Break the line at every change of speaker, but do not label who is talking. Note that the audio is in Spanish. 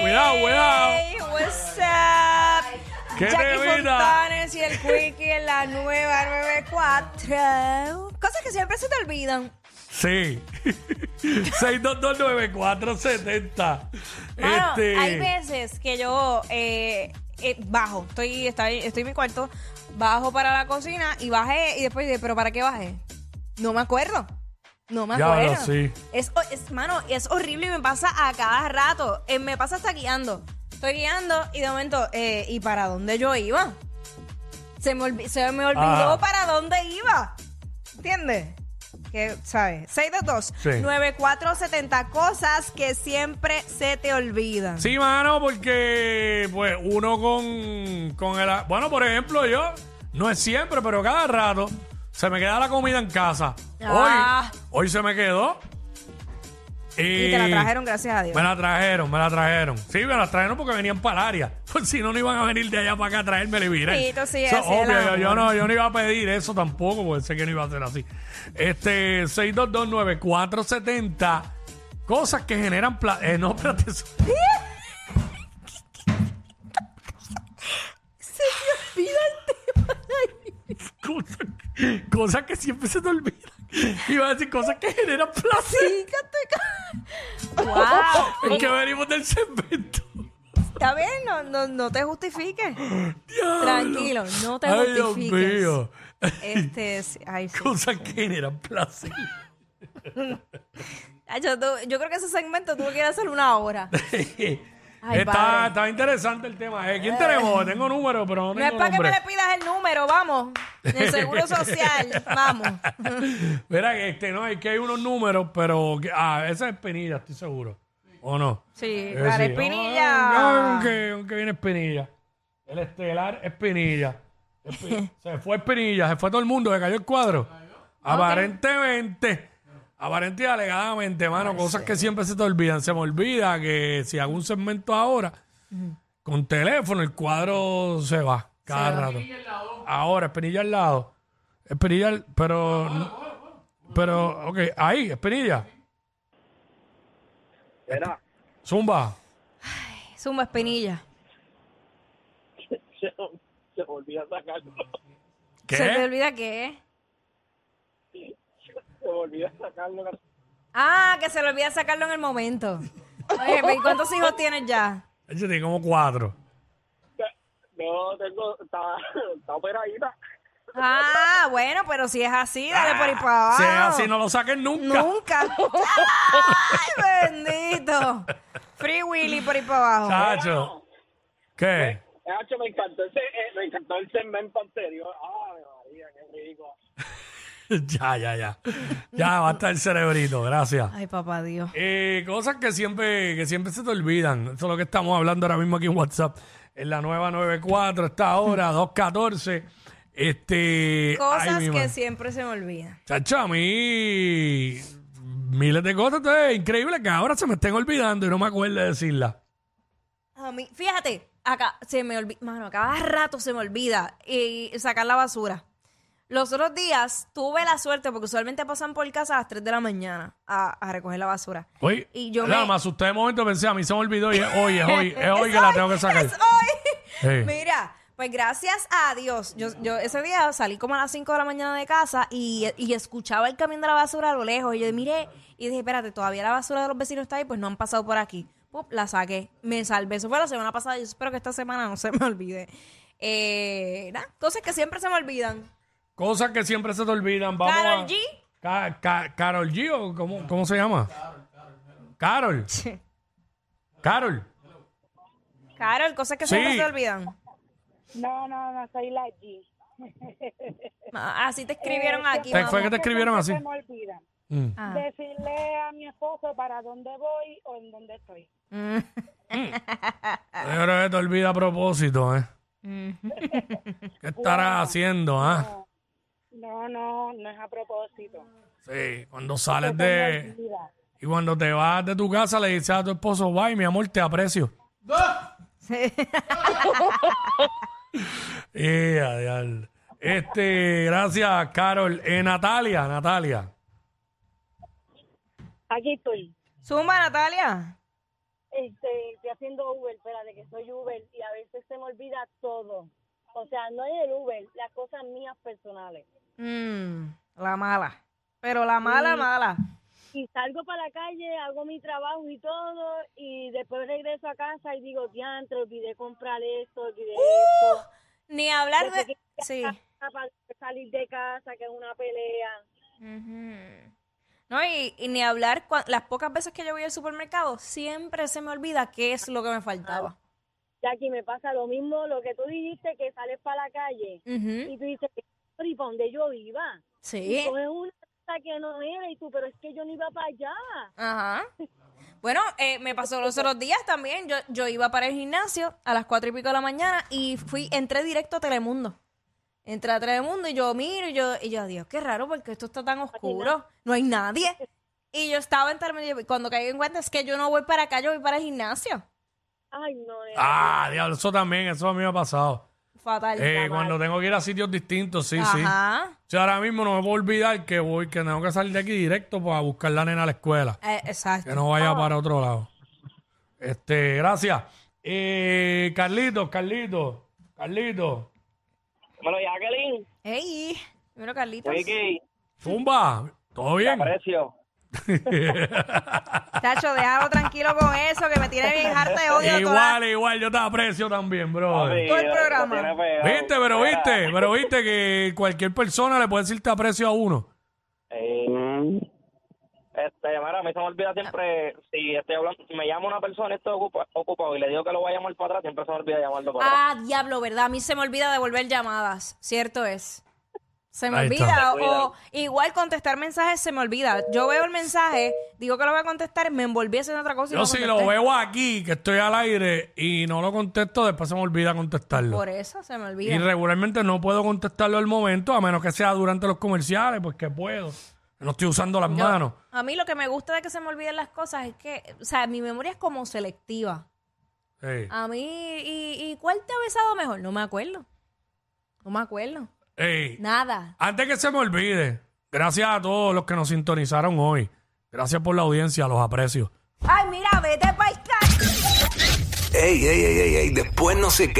cuidado, cuidado.
Hey, what's up?
¿Qué te
Jackie
mira?
Fontanes y el Quickie en la nueva 94. Cosas que siempre se te olvidan.
Sí. 6229470.
Mano,
Este,
hay veces que yo eh, eh, bajo, estoy, está- estoy en mi cuarto, bajo para la cocina y bajé y después dije, pero ¿para qué bajé? No me acuerdo. No me
Ya
acuerdo.
lo sí.
Es, ho- es- mano, es horrible y me pasa a cada rato. Eh, me pasa hasta guiando. Estoy guiando y de momento, eh, ¿y para dónde yo iba? Se me, olvi- se me olvidó
Ajá.
para dónde iba. ¿Entiendes? Que, ¿sabes? 622
Sí.
9470 cosas que siempre se te olvidan.
Sí, mano, porque pues uno con, con el... a- Bueno, por ejemplo, yo, no es siempre, pero cada rato se me queda la comida en casa.
Ah.
Hoy, hoy se me quedó. Y,
Y te la trajeron, gracias a Dios.
Me la trajeron, me la trajeron. Sí, me la trajeron porque venían para el área. Pues si no, no iban a venir de allá para acá a traérmela y virar.
Sí, tú sí,
Eso,
así es el
obvio, yo, yo
amor.
no, yo no iba a pedir eso tampoco, porque sé que no iba a ser así. Este, 6229470. Cosas que generan... pla- eh, no, espérate. eso- Cosas, cosas que siempre se te olvidan. Iba a decir cosas que generan placer.
¡Wow!
Es que venimos del cemento.
Está bien, no, no, no te justifiques.
Diablo.
Tranquilo, no te
Ay, Dios
justifiques.
mío.
Este, sí, ay, sí.
Cosas que generan placer.
Ay, Ah, yo, tú- yo creo que ese segmento tuvo que ir a hacer una hora. Ay,
está,
padre.
está interesante el tema. Eh, ¿Quién tenemos? Tengo número, pero no
No es
tengo
para que me
nombre.
le pidas el número, vamos. El seguro social, vamos.
Mira, que este, no, es que hay unos números, pero... que- ah, esa es Pinilla, estoy seguro. ¿O no?
Sí,
Eh,
para
sí.
Espinilla.
Ah, Aunque, aunque viene Espinilla. El estelar Espinilla. Espi- se fue Espinilla, se fue todo el mundo, se cayó el cuadro.
Ah,
Aparentemente, aparentemente y alegadamente, mano, cosas que siempre se te olvidan. Se me olvida que si hago un segmento ahora, con teléfono, el cuadro se va cada rato. Ahora, Espinilla al lado. Espinilla, al- pero... Pero, ok, ahí, Espinilla.
Era,
Zumba.
Zumba Espinilla.
se, se volvía a sacarlo.
¿Qué?
¿Se te olvida qué?
Se volvía a sacarlo.
Ah, que se le olvida sacarlo en el momento. Oye, ¿y cuántos hijos tienes ya?
Ella tiene como cuatro.
No, tengo, está, está operadita.
Ah, bueno, pero si es así, dale por ahí para abajo.
Ah, Si es así, no lo saquen nunca.
Nunca. ¡Ay, bendito! Free Willy por ahí para abajo.
Chacho. ¿Qué?
Eh, hacho, me encantó ese, eh, me encantó el segmento anterior. Ay, María, qué rico.
ya, ya, ya. Ya, basta el cerebrito, gracias.
Ay, papá Dios.
Eh, cosas que siempre, que siempre se te olvidan. Eso es lo que estamos hablando ahora mismo aquí en WhatsApp. En la nueva 94, esta hora, 214. Este.
Cosas
ay, mi
que
madre.
siempre se me olvidan.
Chacho, a mí. Miles de cosas, entonces, increíble que ahora se me estén olvidando y no me acuerdo de decirlas.
A mí, fíjate, acá se me olvida, mano, a cada rato se me olvida eh, sacar la basura. Los otros días tuve la suerte, porque usualmente pasan por casa a las 3 de la mañana a, a recoger la basura.
Oye,
Y yo
nada,
me-
me asusté de momento, pensé, a mí se me olvidó y es hoy, es hoy, es hoy que Eh, la tengo que sacar.
Es hoy.
Sí.
Mira, pues gracias a Dios. Yo, yo ese día salí como a las 5 de la mañana de casa y, y escuchaba el camión de la basura a lo lejos. Y yo miré y dije, espérate, todavía la basura de los vecinos está ahí, pues no han pasado por aquí. Pum, la saqué, me salvé. Eso fue la semana pasada. Yo espero que esta semana no se me olvide. Eh, nada, cosas que siempre se me olvidan.
Cosas que siempre se te olvidan. Vamos
Carol
a-
G.
Ca- Ca- Carol G o cómo, cómo se llama? Carol. Carol.
Carol, cosas que
Sí.
siempre se te olvidan.
No, no, no, soy la G.
Ma- Ah, Así te escribieron aquí.
Te
mamá.
fue que te escribieron así.
Se me olvida
Mm.
Ah.
decirle a mi esposo para dónde voy o en dónde estoy.
Mm. Ah.
Yo creo que te olvida a propósito, ¿eh?
Mm.
¿Qué estarás haciendo, ah?
No, no, no es a propósito.
Sí, cuando sales
Se me
de...
olvida.
Y cuando te vas de tu casa le dices a tu esposo, bye, mi amor, te aprecio.
Sí.
Eh, a diablo. Este, gracias, Carol. Eh, Natalia, Natalia.
Aquí estoy.
Zumba, Natalia.
este, estoy haciendo Uber, espérate que soy Uber y a veces se me olvida todo. O sea, no es el Uber, las cosas mías personales.
Mm, la mala. Pero la mala, mala.
Y salgo para la calle, hago mi trabajo y todo, y después regreso a casa y digo, diantre, olvidé comprar esto, olvidé
Uh.
esto.
Ni hablar de...
Desde que-
Sí.
Para salir de casa, que es una pelea.
Ujú. No, y, y ni hablar, cua- las pocas veces que yo voy al supermercado, siempre se me olvida qué es lo que me faltaba.
Jackie, me pasa lo mismo, lo que tú dijiste, que sales para la calle
Ujú,
y tú dices, "Pero, ¿y para dónde yo iba?
Sí.
Coges una cosa que no era y tú, pero es que yo no iba para allá.
Ajá. Bueno, eh, me pasó los otros días también. Yo, yo iba para el gimnasio a las cuatro y pico de la mañana y fui, entré directo a Telemundo. Entré a Telemundo y yo miro y yo, y yo, Dios, qué raro porque esto está tan oscuro. No hay nadie. Y yo estaba en Telemundo y cuando caí en cuenta es que yo no voy para acá, yo voy para el gimnasio.
Ay, no, nena.
Ah, diablo, eso también, eso a mí me ha pasado.
Fatal.
Eh, cuando tengo que ir a sitios distintos, sí, sí.
Ajá.
O sea, ahora mismo no me puedo olvidar que voy, que tengo que salir de aquí directo para buscar la nena a la escuela.
Eh,
Que
exacto.
no vaya para otro lado. Este, gracias. Eh, Carlitos, Carlitos, Carlitos.
Bueno, Jacqueline,
Ey, primero Carlitos.
Ricky,
Zumba, ¿todo bien?
aprecio.
Tacho, déjalo tranquilo con eso, que me tiene bien harta de odio.
igual, igual, yo te aprecio también, bro.
Todo
eh,
el programa.
Viste, pero viste, pero viste que cualquier persona le puede decir te aprecio a uno.
eh, Este, mira, a mí se me olvida siempre, si estoy hablando, si me llama una persona y estoy ocupa- ocupado y le digo que lo voy a llamar para atrás, siempre se me olvida llamarlo para atrás.
Ah, diablo, ¿verdad? A mí se me olvida devolver llamadas, cierto es. Se me
Ahí
olvida,
está.
Te
o igual contestar mensajes se me olvida. Yo veo el mensaje, digo que lo voy a contestar, me envolví haciendo otra cosa y
Yo
no
si
contesté.
lo veo aquí, que estoy al aire y no lo contesto, después se me olvida contestarlo.
Por eso se me
Y
olvida.
regularmente no puedo contestarlo al momento, a menos que sea durante los comerciales, pues que puedo. No estoy usando las manos.
A mí lo que me gusta de que se me olviden las cosas es que, o sea, mi memoria es como selectiva.
Sí.
A mí, ¿y, y cuál te ha besado mejor? No me acuerdo. No me acuerdo.
Ey,
Nada.
Antes que se me olvide, gracias a todos los que nos sintonizaron hoy. Gracias por la audiencia, los aprecio.
Ay, mira, vete para acá.
Ey, ey, ey, ey, ey, después no se quede.